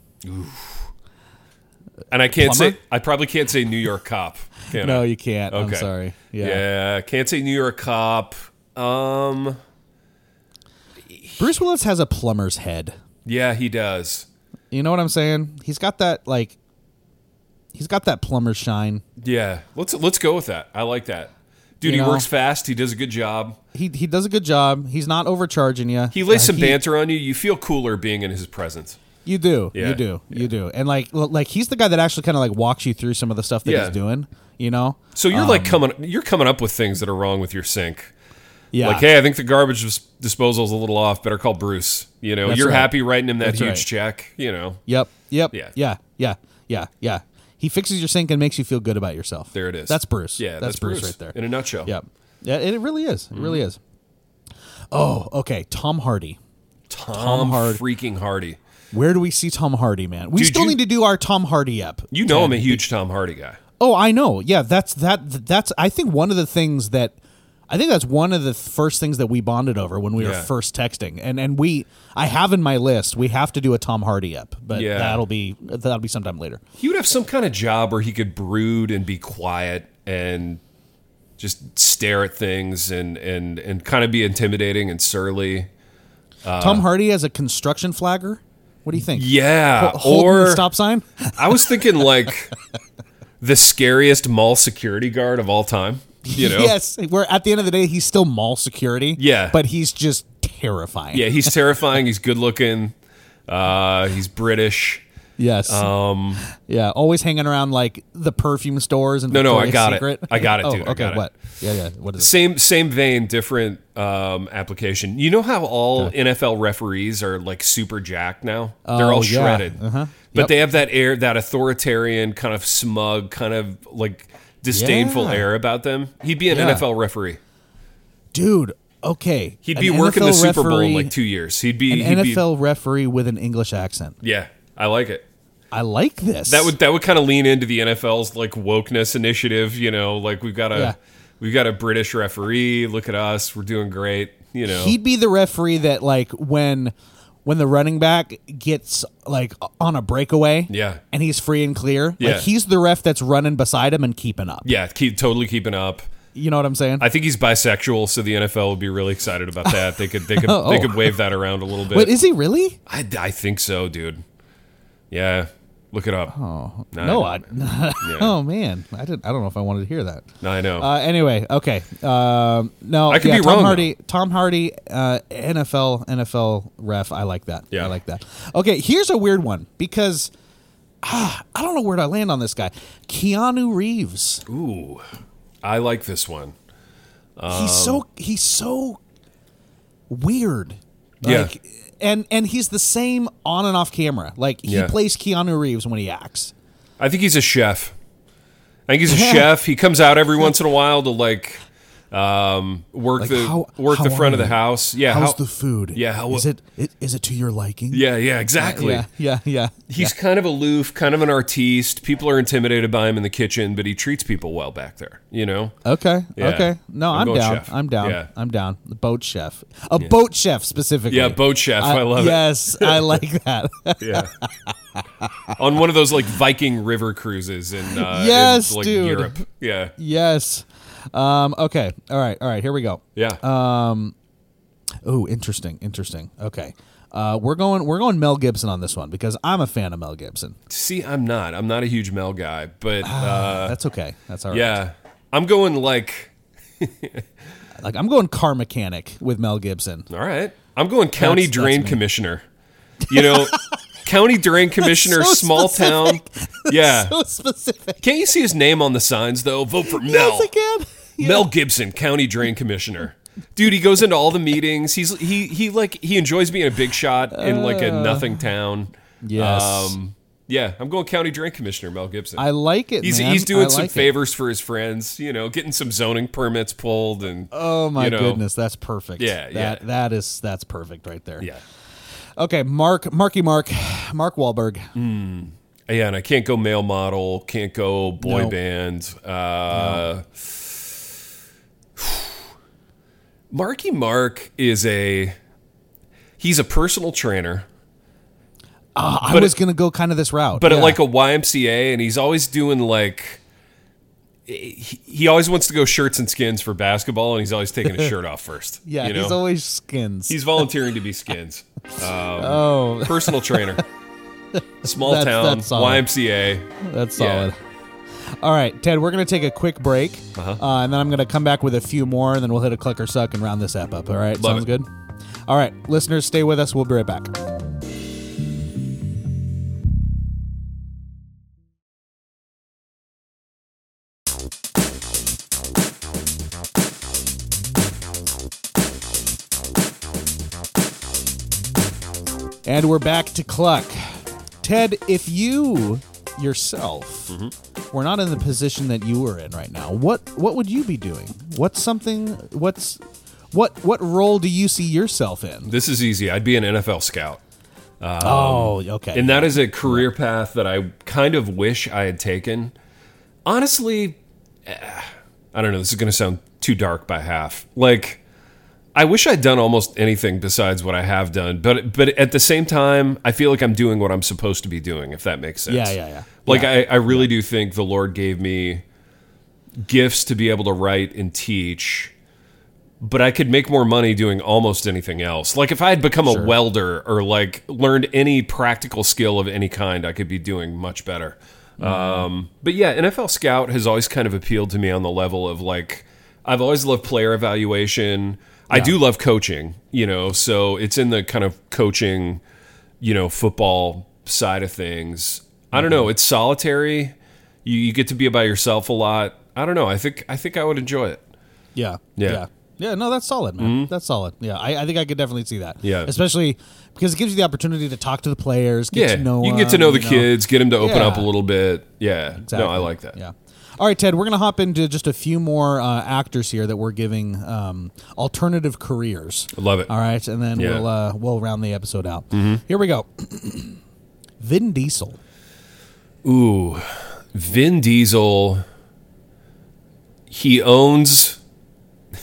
S3: And I can't
S2: plumber?
S3: say, I probably can't say New York cop. Can
S2: No,
S3: I?
S2: you can't. I'm sorry. Yeah.
S3: yeah, can't say New York cop. Um,
S2: Bruce Willis has a plumber's head.
S3: yeah, he does.
S2: You know what I'm saying? He's got that like. He's got that plumber's shine.
S3: Yeah, let's let's go with that. I like that, dude.
S2: You
S3: he
S2: know?
S3: works fast. He does a good job.
S2: He he does a good job. He's not overcharging you.
S3: He lays some
S2: he,
S3: banter on you. You feel cooler being in his presence.
S2: You do,
S3: Yeah.
S2: you do, you do, and like l- like he's the guy that actually kind of like walks you through some of the stuff that
S3: Yeah.
S2: he's doing. You know?
S3: So you're like coming, you're coming up with things that are wrong with your sink.
S2: Um, Yeah.
S3: Like, hey, I think the garbage dis- disposal's a little off. Better call Bruce. You know,
S2: That's
S3: you're
S2: right.
S3: happy writing him that
S2: That's
S3: huge
S2: right.
S3: check. You know,
S2: Yep. Yep.
S3: Yeah.
S2: Yeah. Yeah. Yeah. Yeah. Yeah. He fixes your sink and makes you feel good about yourself.
S3: there it is.
S2: That's Bruce.
S3: Yeah,
S2: that's, Bruce. right there.
S3: In a nutshell.
S2: Yep. Yeah, it really is. It really
S3: Mm-hmm.
S2: is. Oh, okay. Tom Hardy.
S3: Tom,
S2: Hardy.
S3: freaking Hardy.
S2: Where do we see Tom Hardy, man? We
S3: Dude,
S2: still
S3: you-
S2: need to do our Tom Hardy up.
S3: You know, I'm a huge Tom Hardy guy.
S2: Oh, I know. Yeah, that's that. That's I think one of the things that I think that's one of the first things that we bonded over when we
S3: Yeah.
S2: were first texting, and and we I have in my list we have to do a Tom Hardy up, but
S3: Yeah.
S2: that'll be that'll be sometime later.
S3: He would have some kind of job where he could brood and be quiet and just stare at things and and and kind of be intimidating and surly.
S2: Tom Hardy as a construction flagger. What do you think?
S3: Yeah,
S2: Holding
S3: or
S2: the stop sign.
S3: I was thinking like the scariest mall security guard of all time. You know?
S2: yes, where at the end of the day he's still mall security.
S3: Yeah.
S2: but he's just terrifying.
S3: Yeah, he's terrifying. He's good looking. Uh, he's British.
S2: Yes.
S3: Um,
S2: yeah. Always hanging around like the perfume stores and
S3: No, no, I
S2: Victoria's
S3: got it.
S2: Secret.
S3: I got it,
S2: oh,
S3: dude. I
S2: Okay.
S3: got it.
S2: what? Yeah. Yeah. What is it?
S3: same same vein, different um, application. You know how all NFL referees are like super jacked now? They're
S2: Oh,
S3: all
S2: yeah.
S3: shredded.
S2: Uh-huh.
S3: But
S2: Yep.
S3: they have that air, that authoritarian kind of smug, kind of like disdainful
S2: Yeah.
S3: air about them. He'd be an
S2: Yeah.
S3: NFL referee.
S2: Dude. Okay.
S3: He'd
S2: An
S3: be working the
S2: NFL
S3: Super Bowl in
S2: referee-
S3: like two years. He'd be
S2: an
S3: he'd
S2: NFL referee with an English accent.
S3: Be, yeah, I like it.
S2: I like this.
S3: That would that would kind of lean into the NFL's like wokeness initiative. You know, like we've got a
S2: Yeah.
S3: we've got a British referee. Look at us, we're doing great. You know,
S2: He'd be the referee that like when when the running back gets like on a breakaway.
S3: Yeah.
S2: And he's free and clear.
S3: Yeah.
S2: Like he's the ref that's running beside him and keeping up.
S3: yeah, keep totally keeping up.
S2: You know what I'm saying?
S3: I think he's bisexual, so the NFL would be really excited about that. They could they could
S2: Oh.
S3: they could wave that around a little bit.
S2: Wait, is he really?
S3: I, I think so, dude. Yeah, look it up. Oh
S2: No, I. oh man, I didn't. I don't know if I wanted to hear that.
S3: no, I know.
S2: Uh, anyway, okay. Um, no,
S3: I could
S2: yeah,
S3: be
S2: Tom
S3: wrong,
S2: Hardy, Tom Hardy, uh, NFL, NFL ref. I like that.
S3: Yeah.
S2: I like that. Okay, here's a weird one because ah, I don't know where to land on this guy. Keanu Reeves.
S3: Ooh, I like this one.
S2: he's
S3: Um.
S2: so he's so weird.
S3: Yeah.
S2: Like, and and he's the same on and off camera. Like he
S3: Yeah.
S2: plays Keanu Reeves when he acts.
S3: I think he's a chef. I think he's a chef. He comes out every once in a while to like um, work
S2: Like,
S3: the
S2: how-
S3: work the
S2: how
S3: front of
S2: are
S3: the
S2: you?
S3: house. Yeah,
S2: How's
S3: how-
S2: the food?
S3: yeah, how-
S2: is it, it is it to your liking?
S3: yeah, yeah, exactly.
S2: yeah, yeah, yeah.
S3: He's kind of aloof, kind of an artiste. People are intimidated by him in the kitchen, but he treats people well back there. You know,
S2: Okay.
S3: Yeah.
S2: Okay. No,
S3: I'm
S2: I'm,
S3: going
S2: down.
S3: chef.
S2: I'm down.
S3: Yeah.
S2: I'm down. The boat chef. A boat chef specifically.
S3: yeah, boat chef. I, love
S2: yes, it. Yes, I like that.
S3: it. Yeah, on one of those like Viking river cruises in uh, in,
S2: Yes,
S3: like
S2: dude.
S3: Europe. Yeah,
S2: yes. Um, okay. All right. All right. Here we go.
S3: yeah.
S2: Oh, interesting. Interesting. Okay. Uh, we're going we're going Mel Gibson on this one because I'm a fan of Mel Gibson.
S3: See, I'm not. I'm not a huge Mel guy, but uh,
S2: That's okay. That's all right.
S3: yeah, I'm going like
S2: Like I'm going car mechanic with Mel Gibson.
S3: all right. I'm going county
S2: That's- that's
S3: drain
S2: me.
S3: commissioner. You know, county drain commissioner,
S2: so
S3: small town. Yeah.
S2: So specific.
S3: Can't you see his name on the signs though? Vote for Mel.
S2: Yes, I can. Yeah.
S3: Mel Gibson, county drain commissioner. Dude, he goes into all the meetings. He's he he like he enjoys being a big shot in like
S2: Uh.
S3: a nothing town.
S2: Yes.
S3: Um, yeah, I'm going county drain commissioner Mel Gibson.
S2: I like it.
S3: he's
S2: man.
S3: he's
S2: I
S3: doing some
S2: like it.
S3: favors for his friends, you know, getting some zoning permits pulled and
S2: Oh my
S3: you know.
S2: goodness, that's perfect.
S3: Yeah,
S2: that,
S3: yeah.
S2: that is that's perfect right there.
S3: Yeah.
S2: Okay, Mark, Marky Mark, Mark Wahlberg.
S3: Mm. Yeah, and I can't go male model, can't go boy
S2: No.
S3: band. Uh, Marky Mark is a he's a personal trainer,
S2: Ah, I
S3: But
S2: was
S3: it-
S2: gonna go kind of this route,
S3: but
S2: yeah.
S3: at like a YMCA, and he's always doing like he, he always wants to go shirts and skins for basketball, and he's always taking his shirt off first.
S2: yeah,
S3: you
S2: he's
S3: know?
S2: always skins.
S3: he's volunteering to be skins.
S2: oh,
S3: Personal trainer, small
S2: That's-
S3: town
S2: that's solid.
S3: YMCA.
S2: that's
S3: yeah.
S2: solid. All right, Ted, we're gonna take a quick break,
S3: Uh-huh.
S2: uh and then I'm gonna come back with a few more, and then we'll hit a click or suck and round this app up. All right,
S3: Love
S2: sounds
S3: it.
S2: good. All right, listeners, stay with us. We'll be right back. And we're back to Cluck. Ted, if you yourself were not in the position that you were in right now, what what would you be doing? What's something what's what what role do you see yourself in?
S3: This is easy. I'd be an NFL scout.
S2: oh, okay.
S3: And that is a career path that I kind of wish I had taken. Honestly, eh, I don't know. This is going to sound too dark by half. Like, I wish I'd done almost anything besides what I have done. But but at the same time, I feel like I'm doing what I'm supposed to be doing. If that makes sense.
S2: Yeah, yeah, yeah.
S3: Like
S2: Yeah.
S3: I, I really do think the Lord gave me gifts to be able to write and teach. But I could make more money doing almost anything else. Like if I had become a welder or like learned any practical skill of any kind, I could be doing much better.
S2: Mm-hmm.
S3: Um, but yeah, NFL scout has always kind of appealed to me on the level of like I've always loved player evaluation. I do love coaching, you know, so it's in the kind of coaching you know, football side of things. I don't
S2: Mm-hmm.
S3: know. It's solitary. You, you get to be by yourself a lot. I don't know. I think I think I would enjoy it.
S2: Yeah.
S3: Yeah. Mm-hmm.
S2: Yeah. Yeah, no, that's solid, man. That's solid. Yeah, I, I think I could definitely see that.
S3: Yeah.
S2: especially because it gives you the opportunity to talk to the players, get
S3: yeah,
S2: to know
S3: you can get to know the
S2: kids.
S3: kids, get them to open up a
S2: Yeah.
S3: little bit. Yeah,
S2: Exactly.
S3: no, I like that.
S2: Yeah. All right, Ted, we're going to hop into just a few more uh, actors here that we're giving um, alternative careers.
S3: I love it.
S2: All right, and then
S3: Yeah. Mm-hmm.
S2: we'll uh, we'll round the episode out. Here we go. Vin Diesel.
S3: Ooh, Vin Diesel. He owns.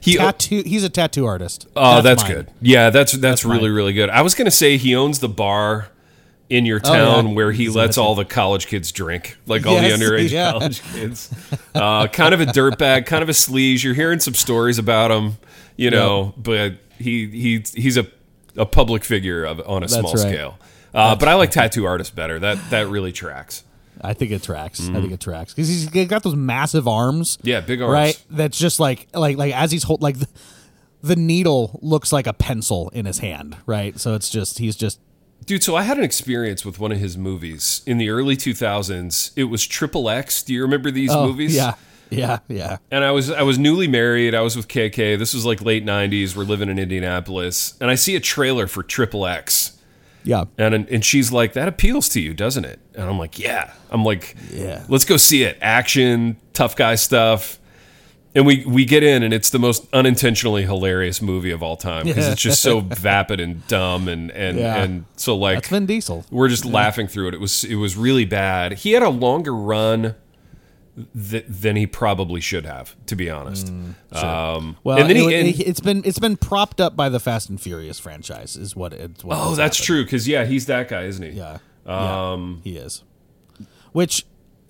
S3: He o-
S2: Tattoo. He's a tattoo artist.
S3: Oh, that's,
S2: mine.
S3: good. Yeah, that's that's, really
S2: mine.
S3: really good. I was gonna say he owns the bar in your
S2: Oh, yeah.
S3: town where he
S2: He's a
S3: lets all the college kids drink, like all
S2: Yes,
S3: the underage
S2: yeah.
S3: college kids. Uh, kind of a dirtbag, kind of a sleaze. You're hearing some stories about him, you know, but he he he's a a public figure of, on a small
S2: right.
S3: scale. Uh, but I like tattoo artists better. That that really tracks.
S2: I think it tracks. I think it tracks because he's got those massive arms.
S3: Mm-hmm. Yeah, big arms.
S2: Right. That's just like like like as he's hold like the, the needle looks like a pencil in his hand. Right. So it's just he's just
S3: Dude, so I had an experience with one of his movies in the early 2000s. It was Triple X. Do you remember these
S2: oh,
S3: movies?
S2: Yeah. Yeah. Yeah.
S3: and I was I was newly married. I was with KK. This was like late '90s. We're living in Indianapolis, and I see a trailer for Triple X,
S2: Yeah.
S3: and and she's like, "That appeals to you, doesn't it?" And I'm like, "Yeah." I'm like,
S2: Yeah.
S3: Let's go see it. Action, tough guy stuff." And we we get in, and it's the most unintentionally hilarious movie of all time because it's just so vapid and dumb, and and
S2: Yeah.
S3: and so like
S2: That's Vin Diesel.
S3: we're just laughing through it. It was it was really bad. He had a longer run th- than he probably should have, to be honest. um,
S2: Mm, Well,
S3: and then
S2: it,
S3: he, and-
S2: has been it's been propped up by the Fast and Furious franchise, is what it's. What
S3: oh,
S2: has
S3: that's
S2: happened.
S3: true. Because yeah, he's that guy, isn't he?
S2: Yeah, um, he is. Which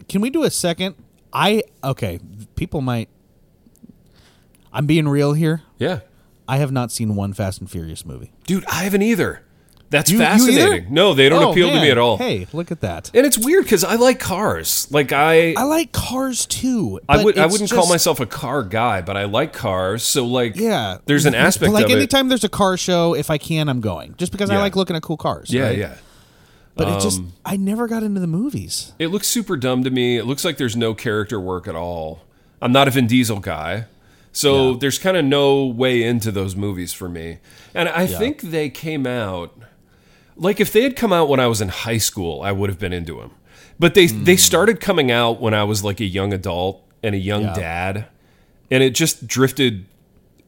S2: can we do a second? I okay. People might. I'm being real here.
S3: yeah.
S2: I have not seen one Fast and Furious movie.
S3: Dude, I haven't either. That's
S2: You- you either?
S3: fascinating. no, they don't
S2: Oh,
S3: appeal to
S2: man.
S3: me at all.
S2: Hey, look at that.
S3: And it's weird because I like cars. Like I,
S2: I like cars too.
S3: I
S2: but
S3: would I
S2: it's
S3: wouldn't call
S2: just-
S3: myself a car guy, but I like cars. So like
S2: Yeah,
S3: there's an
S2: But,
S3: aspect
S2: like
S3: of it.
S2: anytime there's a car show, if I can, I'm going just because I
S3: Yeah.
S2: like looking at cool cars.
S3: yeah,
S2: right?
S3: yeah.
S2: But it just I never got into the movies.
S3: It looks super dumb to me. It looks like there's no character work at all. I'm not a Vin Diesel guy. So there's kind of no way into those movies for me. And I think they came out like if they had come out when I was in high school, I would have been into them. But they they started coming out when I was like a young adult and a young dad. And it just drifted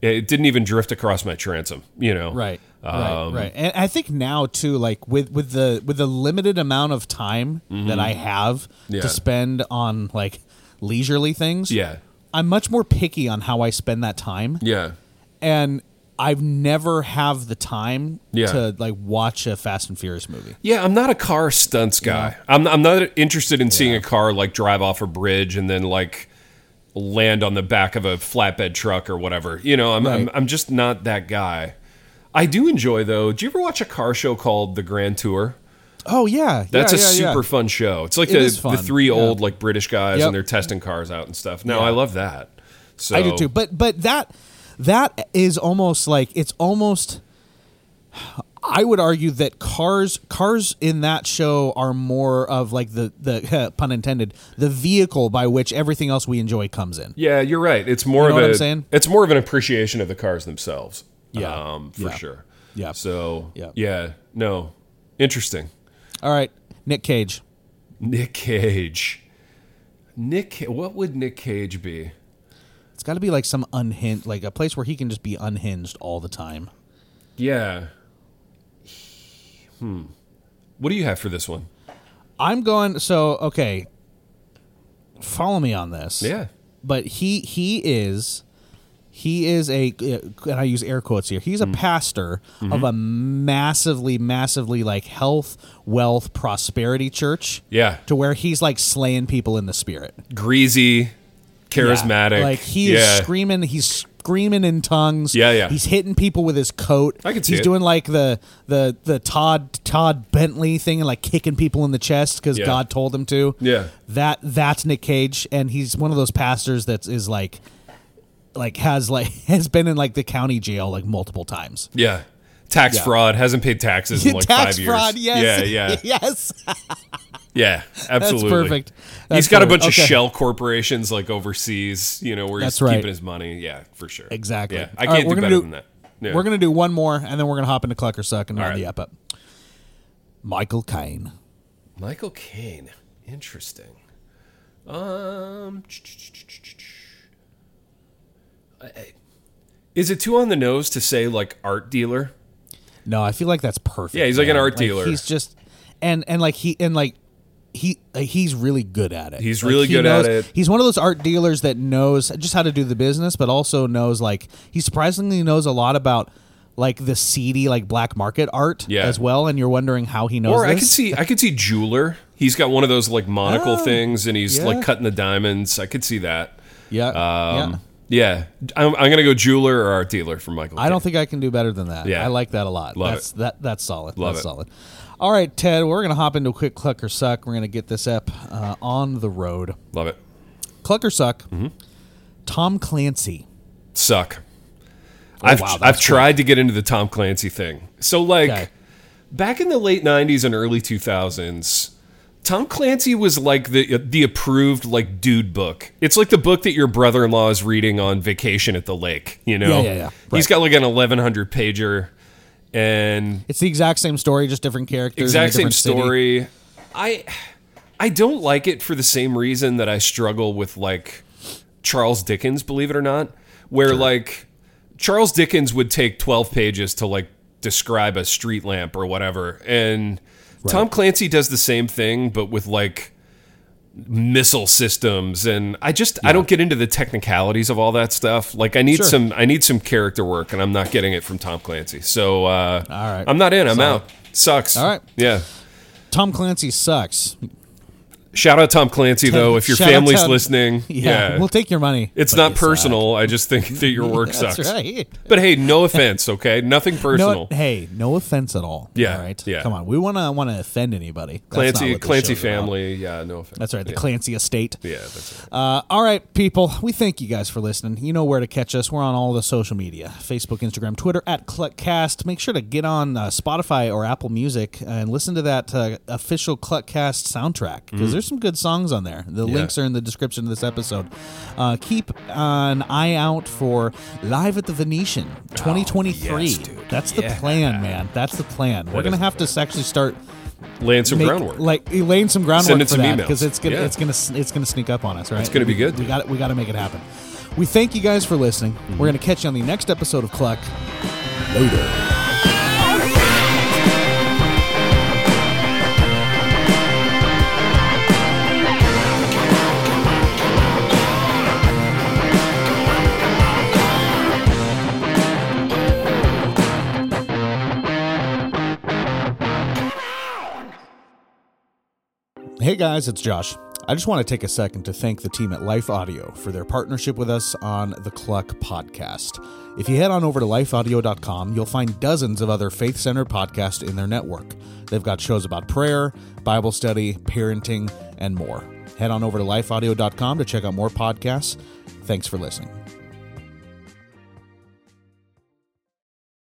S3: it didn't even drift across my transom, you know.
S2: right,
S3: Um,
S2: right. And I think now too, like with with the with the limited amount of time that I have
S3: Mm-hmm. Yeah.
S2: to spend on like leisurely things,
S3: Yeah.
S2: I'm much more picky on how I spend that time.
S3: Yeah.
S2: and I've never have the time
S3: Yeah.
S2: to like watch a Fast and Furious movie.
S3: Yeah, I'm not a car stunts guy. I'm, I'm not interested in seeing a car like drive off a bridge and then like land on the back of a flatbed truck or whatever. You know, I'm, I'm,
S2: Right.
S3: I'm just not that guy. I do enjoy though. Do you ever watch a car show called The Grand Tour?
S2: Oh yeah,
S3: That's
S2: yeah,
S3: a
S2: yeah, yeah.
S3: super fun show. It's like
S2: It
S3: the,
S2: is fun,
S3: the three
S2: yeah.
S3: old like British guys
S2: Yep.
S3: and they're testing cars out and stuff. No, I love that. So
S2: I do too. But but that that is almost like it's almost. I would argue that cars cars in that show are more of like the the pun intended the vehicle by which everything else we enjoy comes in.
S3: Yeah, you're right. It's more
S2: know
S3: of
S2: what
S3: a
S2: I'm saying?
S3: it's more of an appreciation of the cars themselves.
S2: Yeah.
S3: um, for
S2: Yeah.
S3: sure.
S2: Yeah.
S3: So
S2: Yeah.
S3: yeah, no, interesting.
S2: All right, Nick Cage.
S3: Nick Cage. Nick, Ca- what would Nick Cage be?
S2: It's got to be like some unhinged, like a place where he can just be unhinged all the time.
S3: Yeah. Hmm. What do you have for this one?
S2: I'm going. So okay, follow me on this.
S3: Yeah.
S2: but he he is he is a and I use air quotes here. He's a pastor of a massively massively like health, wealth, prosperity church.
S3: Yeah.
S2: To where he's like slaying people in the spirit.
S3: Greasy, charismatic.
S2: Like he
S3: yeah.
S2: is screaming he's screaming in tongues.
S3: Yeah, yeah.
S2: He's hitting people with his coat.
S3: I can see
S2: He's
S3: it.
S2: doing like the the the Todd Todd Bentley thing and like kicking people in the chest cuz
S3: Yeah.
S2: God told him to.
S3: Yeah.
S2: That that's Nick Cage and he's one of those pastors that is like like has like has been in like the county jail like multiple times.
S3: yeah. Tax fraud hasn't paid taxes in like
S2: Tax
S3: five
S2: fraud,
S3: years.
S2: yes.
S3: Yeah, yeah.
S2: yes.
S3: Yeah, absolutely.
S2: perfect. That's
S3: He's got a
S2: perfect.
S3: bunch
S2: Okay.
S3: of shell corporations like overseas, you know, where
S2: That's
S3: he's
S2: right.
S3: keeping his money. Yeah, for sure.
S2: Exactly.
S3: Yeah, I
S2: All right,
S3: can't
S2: we're
S3: do
S2: gonna
S3: better
S2: do-
S3: than that. Yeah.
S2: We're gonna do one more, and then we're gonna hop into Cluck or Suck and round
S3: right.
S2: the up up. Michael Caine.
S3: Michael Caine. Interesting. Um, I- I- is it too on the nose to say like art dealer?
S2: No, I feel like that's perfect.
S3: Yeah, he's like an
S2: man.
S3: art dealer.
S2: He's just and and like he and like he like, he's really good at it.
S3: He's
S2: Like,
S3: really
S2: he
S3: good at
S2: knows-
S3: it.
S2: He's one of those art dealers that knows just how to do the business, but also knows like he surprisingly knows a lot about like the seedy like black market art
S3: Yeah.
S2: as well. And you're wondering how he knows.
S3: Or I
S2: this. Ah,
S3: could see, I could see jeweler. He's got one of those like monocle things, and he's
S2: yeah.
S3: like cutting the diamonds. I could see that.
S2: yeah,
S3: Um,
S2: yeah.
S3: yeah. I'm, I'm gonna go jeweler or art dealer for Michael.
S2: I don't
S3: Caine.
S2: think I can do better than that.
S3: Yeah.
S2: I like that a lot.
S3: Love
S2: that's that that's solid.
S3: Love
S2: that's
S3: it.
S2: solid. All right, Ted, we're gonna hop into a quick cluck or suck. We're gonna get this up uh, on the road.
S3: love it.
S2: Cluck or suck.
S3: Mm-hmm.
S2: Tom Clancy.
S3: suck. I've,
S2: Oh, wow, that
S3: I've
S2: was
S3: tried to get into the Tom Clancy thing. So, like,
S2: Okay.
S3: back in the late 90s and early 2000s, Tom Clancy was like the the approved like dude book. It's like the book that your brother in law is reading on vacation at the lake. You know,
S2: Yeah, yeah, yeah.
S3: he's
S2: Right.
S3: got like an 1100 pager, and
S2: It's the exact same story, just different characters. in a
S3: exact same
S2: different city.
S3: story. I I don't like it for the same reason that I struggle with like Charles Dickens, believe it or not, where like Charles Dickens would take 12 pages to like describe a street lamp or whatever. And Tom Clancy does the same thing but with like missile systems and I just I don't get into the technicalities of all that stuff. Like I need some I need some character work and I'm not getting it from Tom Clancy. So uh
S2: All right.
S3: I'm not in, I'm
S2: Solid.
S3: out. Sucks.
S2: All right.
S3: Yeah.
S2: Tom Clancy sucks.
S3: Shout out Tom Clancy though, if your
S2: Shout out
S3: family's
S2: Tom-
S3: listening.
S2: Yeah,
S3: Yeah.
S2: we'll take your money.
S3: it's
S2: but
S3: not
S2: uh,
S3: personal. I just think that your work
S2: That's
S3: sucks.
S2: right.
S3: But hey, no offense, okay? Nothing personal.
S2: No, hey, no offense at all.
S3: Yeah,
S2: all right.
S3: yeah.
S2: Come on, we want to want to offend anybody. That's not
S3: Clancy
S2: what this
S3: Clancy
S2: show's about.
S3: family, yeah, no offense.
S2: That's right. The
S3: Yeah,
S2: Clancy estate.
S3: yeah that's right.
S2: Uh, all right, people. We thank you guys for listening. You know where to catch us. We're on all the social media: Facebook, Instagram, Twitter at Cluckcast. Make sure to get on uh, Spotify or Apple Music and listen to that uh, official Cluckcast soundtrack
S3: Mm.
S2: because there's some good songs on there. The links are in the description of this episode. Uh, keep an eye out for Live at the Venetian 2023.
S3: Oh, yes, dude.
S2: That's the plan, man. That's the plan. We're gonna
S3: is the
S2: have to actually start
S3: Land some
S2: make-
S3: groundwork.
S2: Like laying some groundwork
S3: Send it
S2: for
S3: some
S2: that
S3: emails.
S2: because it's gonna
S3: Yeah.
S2: it's gonna sn- it's gonna sneak up on us, right? It's
S3: gonna be good,
S2: We
S3: dude.
S2: got we got to make it happen. We thank you guys for listening. We're
S3: Mhm.
S2: gonna catch you on the next episode of Cluck. Later. Hey guys, it's Josh. I just want to take a second to thank the team at Life Audio for their partnership with us on the Cluck podcast. If you head on over to lifeaudio.com, you'll find dozens of other faith centered podcasts in their network. They've got shows about prayer, Bible study, parenting, and more. Head on over to lifeaudio.com to check out more podcasts. Thanks for listening.